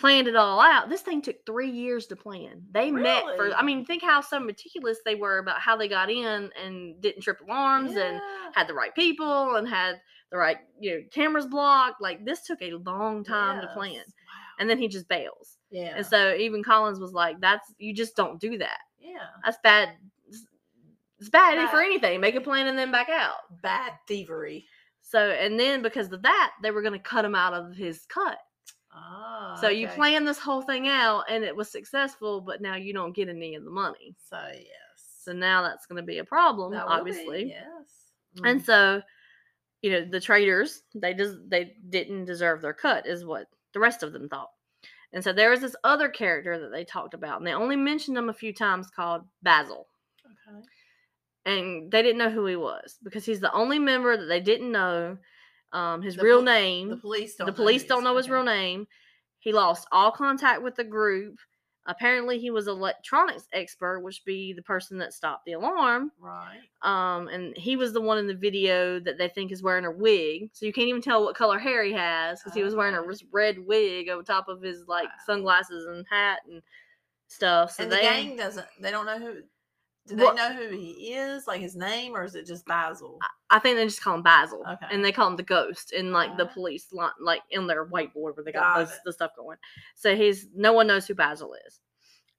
B: planned it all out. This thing took three years to plan. They met for,
C: Really?
B: I mean, think how so meticulous they were about how they got in and didn't trip alarms and
C: Yeah.
B: had the right people and had the right, you know, cameras blocked. Like this took a long time to plan.
C: Yes. Wow.
B: And then he just bails.
C: Yeah.
B: And so even Collins was like, that's, you just don't do that.
C: yeah.
B: That's bad. It's- It's bad for
C: Bad.
B: anything. Make a plan and then back out.
C: Bad thievery.
B: So, and then because of that, they were going to cut him out of his cut.
C: Ah.
B: So you
C: okay.
B: plan this whole thing out and it was successful, but now you don't get any of the money.
C: So yes.
B: So now that's going to be a problem,
C: That will be, Mm-hmm.
B: obviously.
C: yes.
B: And so, you know, the traders, they just they didn't deserve their cut is what the rest of them thought. And so there was this other character that they talked about and they only mentioned him a few times called Basil.
C: Mm, okay.
B: And they didn't know who he was because he's the only member that they didn't know um, his
C: The
B: real
C: pol-
B: name.
C: The police don't.
B: the police don't know his real
C: name.
B: name. He lost all contact with the group. Apparently, he was electronics expert, which be the person that stopped the alarm.
C: Right.
B: Um, and he was the one in the video that they think is wearing a wig. So you can't even tell what color hair he has because he was wearing a
C: Okay.
B: res- red wig over top of his like
C: Wow.
B: sunglasses and hat and stuff. So
C: and
B: they
C: the gang doesn't. They don't know who. Do they
B: Well-
C: know who he is, like his name, or is it just Basil?
B: I think they just call him Basil,
C: Okay.
B: and they call him the ghost in like the
C: Alright.
B: police line, like in their whiteboard where they got,
C: Got
B: those,
C: it.
B: the stuff going. So he's no one knows who Basil is,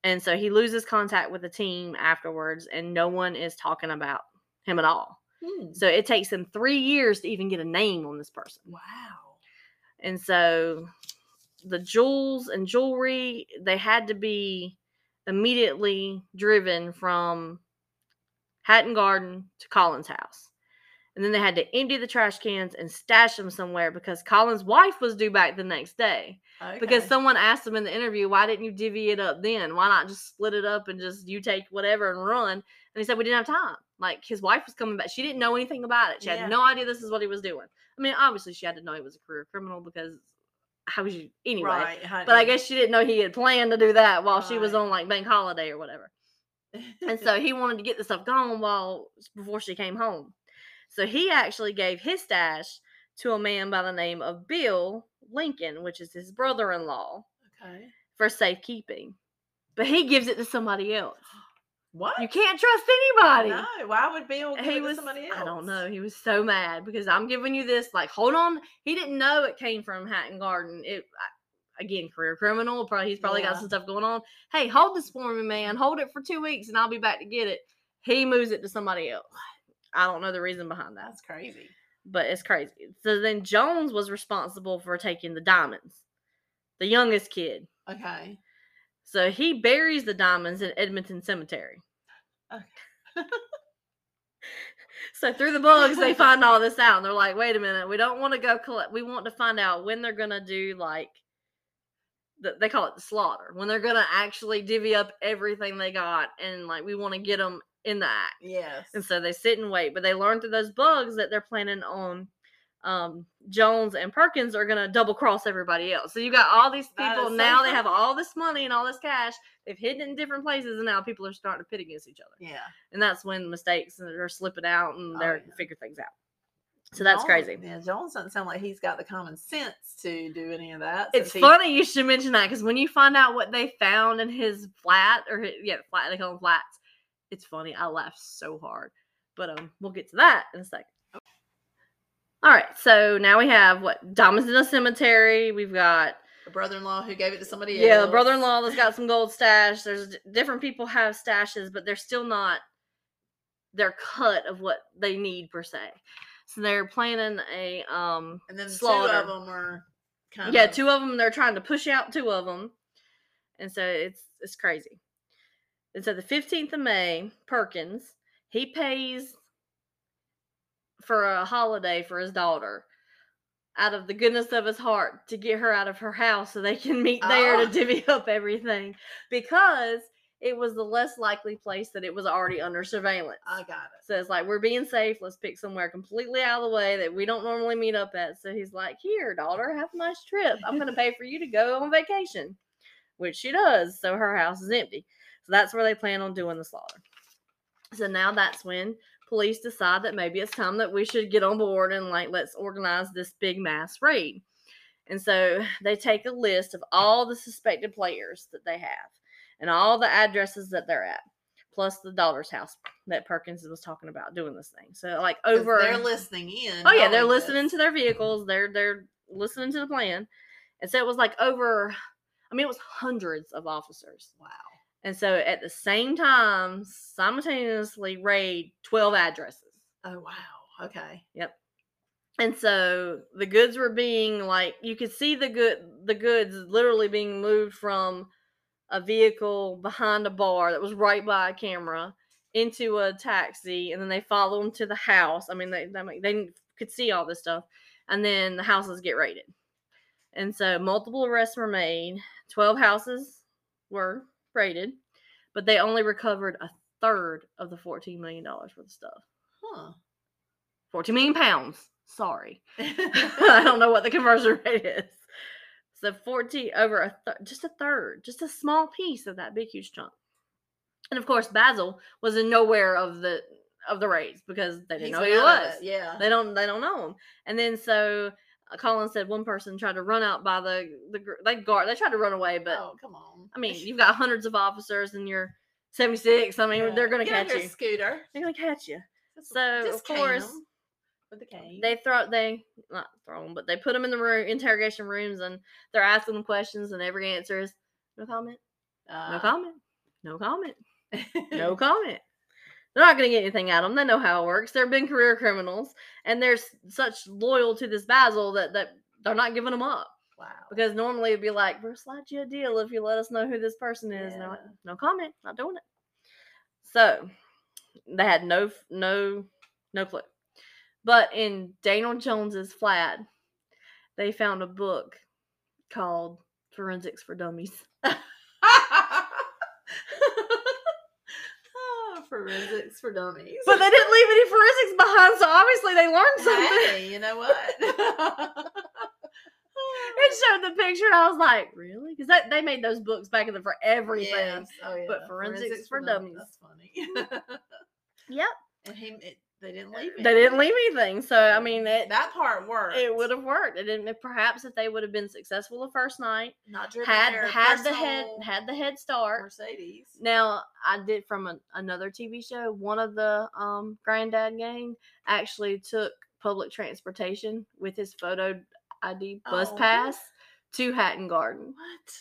B: and so he loses contact with the team afterwards, and no one is talking about him at all.
C: Hmm.
B: So it takes them three years to even get a name on this person,
C: Wow.
B: and so the jewels and jewelry they had to be immediately driven from Hatton Garden to Collins' house. And then they had to empty the trash cans and stash them somewhere because Colin's wife was due back the next day. Because
C: Okay.
B: someone asked him in the interview, why didn't you divvy it up then? Why not just split it up and just you take whatever and run? And he said, we didn't have time. Like his wife was coming back. She didn't know anything about it. She had
C: Yeah.
B: no idea this is what he was doing. I mean, obviously, she had to know he was a career criminal because how was you, anyway?
C: right,
B: But I
C: honey.
B: guess she didn't know he had planned to do that while she was
C: Right.
B: on like bank holiday or whatever. And so he wanted to get the stuff gone while before she came home. So he actually gave his stash to a man by the name of Bill Lincoln, which is his brother-in-law,
C: okay.
B: for safekeeping. But he gives it to somebody else.
C: What?
B: You can't trust anybody.
C: No. Why would Bill give
B: he
C: it to
B: was
C: somebody else?
B: I don't know. He was so mad because I'm giving you this. Like, hold on. He didn't know it came from Hatton Garden. It I- again, career criminal. Probably he's probably got
C: Yeah.
B: some stuff going on. Hey, hold this for me, man. Hold it for two weeks, and I'll be back to get it. He moves it to somebody else. I don't know the reason behind that,
C: That's crazy.
B: but it's crazy. So then Jones was responsible for taking the diamonds, the youngest kid.
C: Okay.
B: So he buries the diamonds in Edmonton Cemetery.
C: Okay.
B: so through the bugs, they find all this out, and they're like, "Wait a minute, we don't want to go collect. We want to find out when they're gonna do like." th- They call it the slaughter when they're gonna actually divvy up everything they got, and like we want to get them in the act.
C: Yes.
B: And so they sit and wait, but they learn through those bugs that they're planning on um, Jones and Perkins are gonna double cross everybody else. So you got all these
C: That
B: people
C: is so
B: now. They have
C: funny.
B: all this money and all this cash. They've hidden it in different places, and now people are starting to pit against each other.
C: yeah.
B: And that's when mistakes and they're slipping out and
C: Oh,
B: they're
C: yeah. Oh,
B: figure things out. So that's
C: Jones-
B: crazy.
C: Yeah, Jones doesn't sound like he's got the common sense to do any of that.
B: It's
C: since he-
B: funny you should mention that because when you find out what they found in his flat or his, yeah, flat they call them flats, it's funny. I laughed so hard, but um, we'll get to that in a second. All right, so now we have what diamonds in a cemetery. We've got
C: The brother-in-law who gave it to somebody
B: yeah,
C: else.
B: brother-in-law that's got some gold stash. There's d- different people have stashes, but they're still not their cut of what they need per se. So they're planning a um
C: And then two
B: slaughter.
C: of them are kind
B: yeah,
C: of
B: two of them. They're trying to push out two of them, and so it's it's crazy. And so the fifteenth of May, Perkins he pays for a holiday for his daughter out of the goodness of his heart to get her out of her house so they can meet there
C: Oh.
B: to divvy up everything because it was the less likely place that it was already under surveillance.
C: I got it.
B: So it's like we're being safe. Let's pick somewhere completely out of the way that we don't normally meet up at. So he's like, "Here, daughter, have a nice trip. I'm gonna pay for you to go on vacation," which she does. So her house is empty. So that's where they plan on doing the slaughter. So now that's when police decide that maybe it's time that we should get on board and like let's organize this big mass raid. And so they take a list of all the suspected players that they have and all the addresses that they're at. plus the daughter's house that Perkins was talking about doing this thing. So like
C: 'Cause
B: over
C: They're listening in.
B: Oh yeah, they're
C: knowing this.
B: listening to their vehicles. They're they're listening to the plan, and so it was like over. I mean, it was hundreds of officers,
C: Wow.
B: and so at the same time, simultaneously raid twelve addresses,
C: Oh wow. Okay.
B: and so the goods were being like you could see the good the goods literally being moved from a vehicle behind a bar that was right by a camera into a taxi, and then they follow them to the house. I mean, they they, make- they could see all this stuff, and then the houses get raided, and so multiple arrests were made. Twelve houses were raided, but they only recovered a third of the fourteen million dollars worth of stuff.
C: Huh.
B: Fourteen million pounds. Sorry. I don't know what the conversion rate is. So 14 over a th- just a third, just a small piece of that big huge chunk. And of course, Basil was in nowhere of the of the raids because they didn't
C: He's
B: know who he
C: out of
B: was.
C: it, Yeah.
B: They don't they don't know him. And then so uh, Colin said one person tried to run out by the the gr- they guard they tried to run away, but
C: oh come on.
B: I mean you've got hundreds of officers and you're 76. I mean they're gonna
C: Get out
B: catch
C: here,
B: you.
C: Scooter.
B: They're gonna catch you.
C: Just-
B: So,
C: just
B: of
C: cane
B: course,
C: 'em with the cane.
B: they throw they not throw them, but they put them in the room interrogation rooms, and they're asking them questions, and every answer is no comment, no
C: Uh,
B: comment, no comment, no comment. They're not going to get anything out of them. They know how it works. They've been career criminals, and they're s- such loyal to this Basil that that they're not giving them up
C: wow.
B: because normally it'd be like we'll slide you a deal if you let us know who this person is. And they're like,
C: Yeah.
B: no comment, not doing it. So they had no f- no no clue. But in Daniel Jones's flat, they found a book called Forensics for Dummies.
C: oh, forensics for dummies.
B: But they didn't leave any forensics behind, so obviously they learned something.
C: hey, you know what?
B: It showed the picture, and I was like, really? Because they made those books back in the for everything.
C: Yes. Oh, yeah.
B: but forensics for dummies.
C: That's funny.
B: Yep.
C: and he, it, they didn't leave.
B: They didn't
C: anything.
B: leave anything, so I mean, it,
C: that part worked.
B: it would have worked. And then perhaps if they would have been successful the first night,
C: not driven
B: had
C: their
B: had the head
C: personal
B: had the head start.
C: Mercedes.
B: Now I did from an another TV show. One of the um, Granddad Gang actually took public transportation with his photo ID bus
C: Oh.
B: pass to Hatton Garden.
C: What?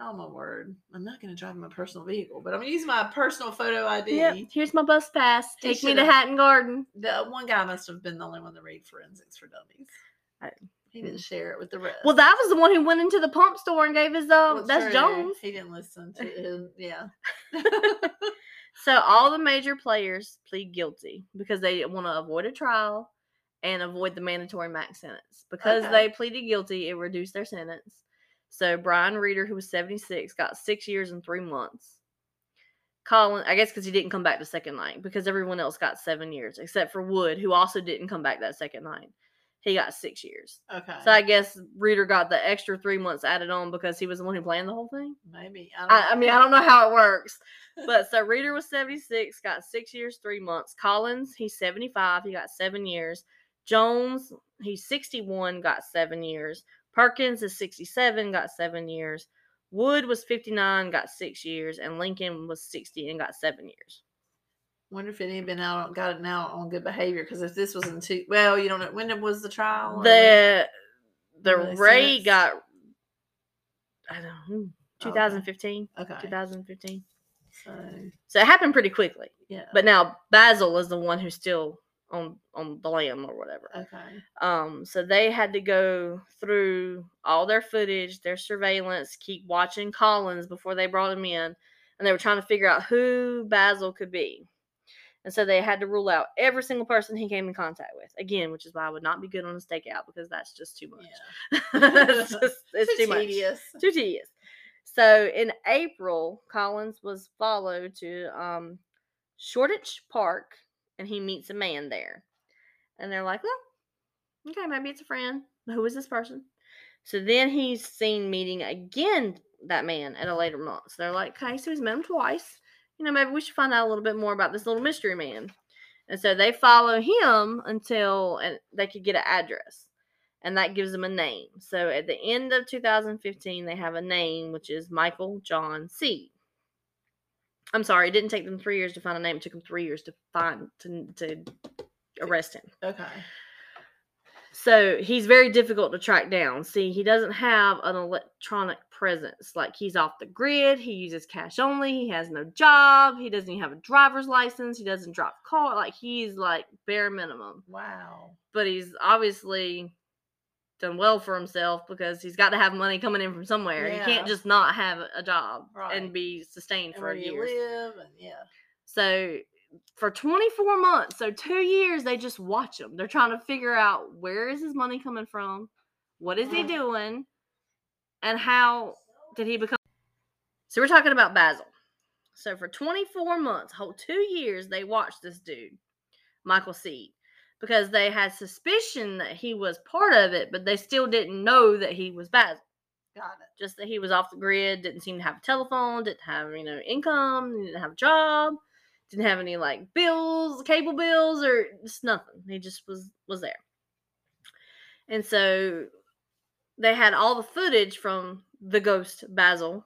C: Oh my word! I'm not gonna drive my personal vehicle, but I'm gonna use my personal photo ID.
B: Yep, here's my bus pass.
C: He
B: Take me to
C: should've-
B: Hatton Garden.
C: The one guy must have been the only one to read forensics for dummies.
B: I- Mm.
C: he didn't share it with the rest.
B: Well, that was the one who went into the pump store and gave his um.
C: Well,
B: that's
C: true,
B: Jones.
C: He didn't listen to him. Yeah.
B: So all the major players plead guilty because they want to avoid a trial and avoid the mandatory max sentence. Because
C: Okay.
B: they pleaded guilty, it reduced their sentence. So Brian Reeder, who was 76, got six years and three months. Colin, I guess because he didn't come back the second night, because everyone else got seven years, except for Wood, who also didn't come back that second night. He got six years.
C: Okay.
B: So I guess Reeder got the extra three months added on because he was the one who planned the whole thing.
C: Maybe. I, don't
B: I, I
C: know.
B: mean, I don't know how it works. But so Reader was 76, got six years, three months. Collins, he's 75, he got seven years. Jones, he's 61, got seven years. Perkins is 67, got seven years. Wood was 59, got six years. And Lincoln was 60 and got seven years.
C: Wonder if any had been out, on- got it out on good behavior because if this was in two, well, you don't know when it was the trial. or when-
B: The the
C: Really
B: Ray
C: sentenced?
B: got, I don't know, 2015.
C: okay,
B: 2015.
C: so
B: So it happened pretty quickly.
C: yeah,
B: But now Basil is the one who's still on on the lam or whatever.
C: okay,
B: Um, so they had to go through all their footage, their surveillance, keep watching Collins before they brought him in, and they were trying to figure out who Basil could be. And so they had to rule out every single person he came in contact with. Again, which is why I would not be good on a stakeout because that's just too much.
C: yeah,
B: it's just, it's too, much
C: tedious.
B: too tedious. So in April, Collins was followed to um, Shoreditch Park, and he meets a man there, and they're like, "Well, okay, maybe it's a friend. But Who is this person?" So then he's seen meeting again that man at a later month. So they're like, "Okay, so he's met him twice. You know, maybe we should find out a little bit more about this little mystery man." And so they follow him until and they could get an address and that gives them a name. So at the end of 2015, they have a name, which is Michael John C. I'm sorry, it didn't take them three years to find a name. It took them three years to find to, to arrest him.
C: Okay.
B: So he's very difficult to track down. See, he doesn't have an electronic presence. Like he's off the grid. He uses cash only. He has no job. He doesn't even have a driver's license. He doesn't drive a car. Like he's like bare minimum.
C: Wow.
B: But he's obviously done well for himself because he's got to have money coming in from somewhere. He
C: Yeah.
B: can't just not have a job
C: Right.
B: and be sustained
C: And
B: for
C: where
B: a
C: you
B: year.
C: live and yeah.
B: So for 24 months, so two years, they just watch him. They're trying to figure out where is his money coming from, what is he
C: Mhm.
B: doing, and how did he become. So we're talking about Basil. So for 24 months, whole two years, they watched this dude, Michael Seed, because they had suspicion that he was part of it, but they still didn't know that he was Basil
C: Got it.
B: just that he was off the grid, didn't seem to have a telephone, didn't have, you know, income, didn't have a job, didn't have any like bills, cable bills or just nothing. He just was was there. And so they had all the footage from the ghost Basil,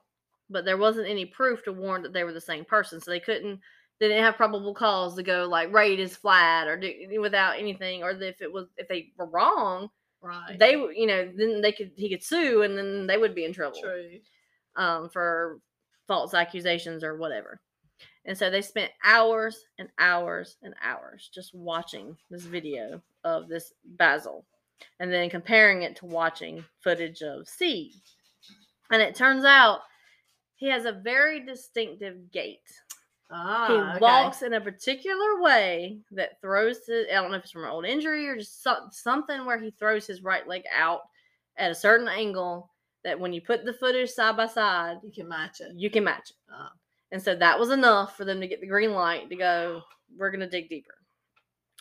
B: but there wasn't any proof to warrant that they were the same person, so they couldn't they didn't have probable cause to go like raid his flat or do, without anything or if it was if they were wrong
C: Right.
B: they w- you know then they could he could sue and then they would be in trouble
C: True.
B: um, for false accusations or whatever. And so they spent hours and hours and hours just watching this video of this Basil and then comparing it to watching footage of Seed. And it turns out he has a very distinctive gait.
C: Ah,
B: He
C: okay.
B: walks in a particular way that throws his, I don't know if it's from an old injury or just so, something where he throws his right leg out at a certain angle that when you put the footage side by side,
C: You can match it.
B: you can match it.
C: Oh.
B: And so that was enough for them to get the green light to go, we're going to dig deeper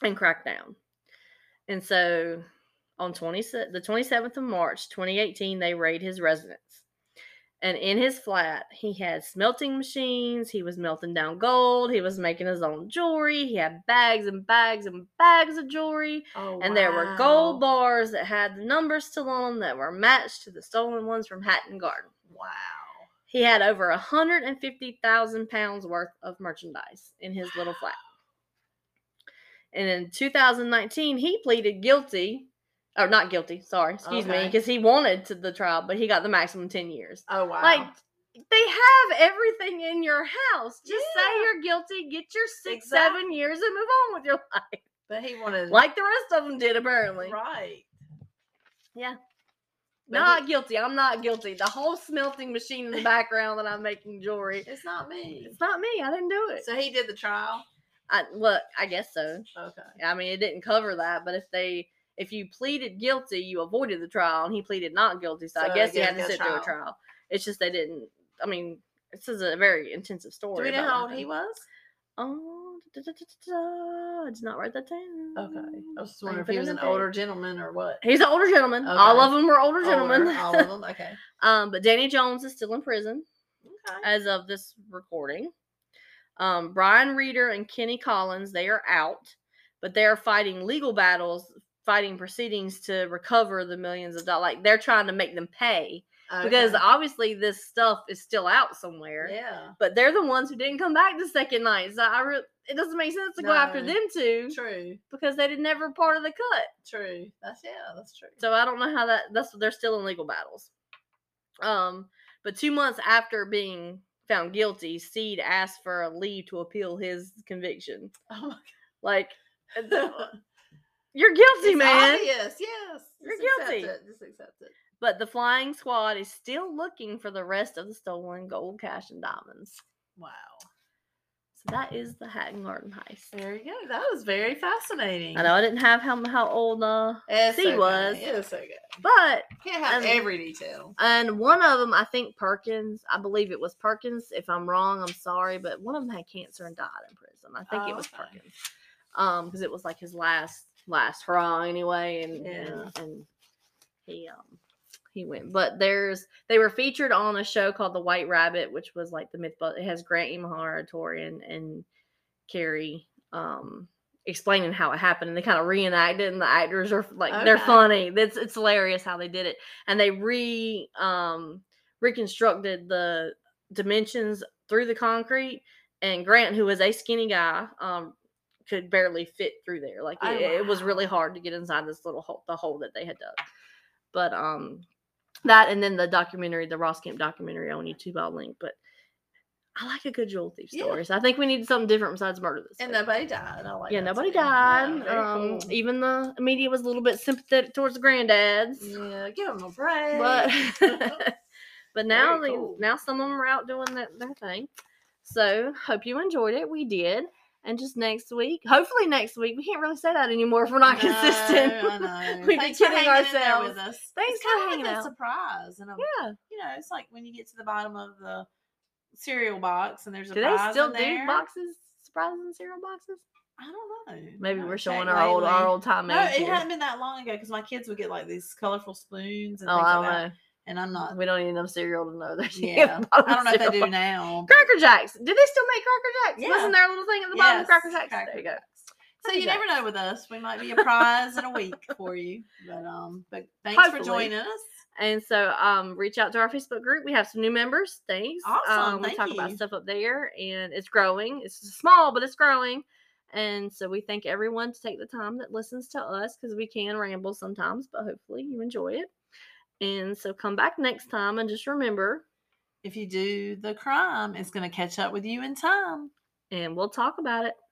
B: and crack down. And so on 20, se- the 27th of March, 2018, they raid his residence. And in his flat, he had smelting machines. He was melting down gold. He was making his own jewelry. He had bags and bags and bags of jewelry.
C: Oh,
B: And there were gold
C: wow.
B: bars that had the numbers still on them that were matched to the stolen ones from Hatton Garden.
C: Wow.
B: He had over 150,000 pounds worth of merchandise in his little flat. And in 2019, he pleaded guilty, or not guilty, sorry, excuse me,
C: Okay.
B: because he wanted to the trial, but he got the maximum 10 years.
C: Oh wow.
B: Like, they have everything in your house. Just say
C: Yeah.
B: you're guilty, get your six, seven years, and move on with your life,
C: but he wanted
B: like the rest of them did, apparently.
C: right. but
B: Not guilty. I'm not guilty. The whole smelting machine in the background that I'm making jewelry.
C: It's not me.
B: It's not me. I didn't do it.
C: So he did the trial.
B: I look, I guess so.
C: Okay.
B: I mean, it didn't cover that, but if they if you pleaded guilty, you avoided the trial, and he pleaded not guilty, so,
C: So
B: I guess he
C: again,
B: had to
C: no
B: sit through a
C: trial.
B: trial. It's just they didn't. I mean, this is a very intensive
C: Do
B: story.
C: we know
B: about
C: how
B: what
C: old he
B: happened.
C: was?
B: Oh, da, da, da, da, da, da. I did not write that down.
C: Okay. I was just
B: I
C: wondering if
B: put
C: he
B: it
C: was
B: in
C: an
B: the thing.
C: older gentleman or what.
B: He's an older gentleman. All
C: Okay.
B: of them were older gentlemen.
C: Older, all of them. Okay.
B: um, but Danny Jones is still in prison.
C: Okay.
B: as of this recording. Um, Brian Reeder and Kenny Collins, they are out, but they are fighting legal battles, fighting proceedings to recover the millions of dollars. Like they're trying to make them pay because
C: Okay.
B: obviously this stuff is still out somewhere.
C: yeah,
B: But they're the ones who didn't come back the second night, so I re- it doesn't make sense to go after
C: No.
B: them two
C: true,
B: because they did never part of the cut.
C: true. That's yeah, that's true.
B: So I don't know how that that's they're still in legal battles. Um, but two months after being found guilty, Seed asked for a leave to appeal his conviction.
C: oh
B: Like
C: my god,
B: you're guilty,
C: It's
B: man.
C: obvious, yes,
B: You're
C: Just accept
B: guilty.
C: it, Just accept it.
B: But the flying squad is still looking for the rest of the stolen gold, cash, and diamonds.
C: Wow,
B: So that is the Hatton Garden heist.
C: there you go. That was very fascinating.
B: I know I didn't have how how old uh,
C: It's
B: He
C: so good.
B: was.
C: It was so good.
B: but
C: Can't have
B: Um,
C: every detail.
B: And one of them, I think Perkins, I believe it was Perkins. If I'm wrong, I'm sorry, but one of them had cancer and died in prison. I think it
C: Oh,
B: was
C: okay.
B: Perkins. Um, because it was like his last last hurrah anyway, and
C: Yeah.
B: and, and he um he went. But there's they were featured on a show called The White Rabbit, which was like the myth. It has Grant E. Maharatorian and Carrie um explaining how it happened and they kind of reenact it and the actors are like they're
C: Okay.
B: funny that's it's hilarious how they did it and they re um reconstructed the dimensions through the concrete and Grant, who was a skinny guy, um, could barely fit through there. Like
C: Oh,
B: it, it was
C: wow.
B: really hard to get inside this little hole, the hole that they had dug. But um, that and then the documentary, the Ross Kemp documentary on YouTube, I'll link. But I like a good Joel Thief
C: Yeah.
B: story, so I think we need something different besides murder. This
C: And
B: week.
C: nobody died. I like
B: yeah,
C: that
B: nobody
C: too. Yeah,
B: died.
C: very
B: um,
C: cool.
B: even the media was a little bit sympathetic towards the granddads.
C: Yeah, give them a break.
B: But but now
C: Very
B: they
C: cool.
B: now some of them are out doing that their thing. So hope you enjoyed it. We did. And just next week, hopefully next week, we can't really say that anymore if we're not
C: No, I
B: consistent.
C: know.
B: We've been
C: Thanks for
B: kidding
C: hanging in there
B: ourselves.
C: With us.
B: Thanks
C: it's
B: for
C: kind of
B: hanging
C: like a
B: out.
C: surprise, and I'm,
B: yeah.
C: you know, it's like when you get to the bottom of the cereal box and there's a
B: Do they
C: prize
B: still
C: in
B: do
C: there.
B: boxes, surprises and cereal boxes?
C: I don't know.
B: Maybe
C: I
B: we're
C: haven't
B: showing
C: checked
B: our old our
C: lately.
B: old time
C: No,
B: age
C: it
B: here.
C: hadn't been that long ago because my kids would get like these colorful spoons and
B: Oh, I
C: things like
B: don't
C: that,
B: know.
C: and I'm not.
B: We don't need enough cereal to know that.
C: Yeah, I don't know if they do now. but-
B: Cracker Jacks. Did they still make Cracker Jacks?
C: Yeah.
B: Wasn't there a little thing at the bottom of Cracker
C: Yes,
B: Jacks? there you go.
C: Jacks. So you
B: Cracker
C: never know with us. We might be a prize in a week for you. But um, but thanks
B: Hopefully.
C: for joining us.
B: And so um reach out to our Facebook group. We have some new members. Thanks.
C: Awesome,
B: Um, we
C: thank
B: talk about
C: you.
B: stuff up there and it's growing. It's small, but it's growing. And so we thank everyone to take the time that listens to us because we can ramble sometimes, but hopefully you enjoy it. And so come back next time and just remember,
C: If you do the crime, it's going to catch up with you in time.
B: and we'll talk about it.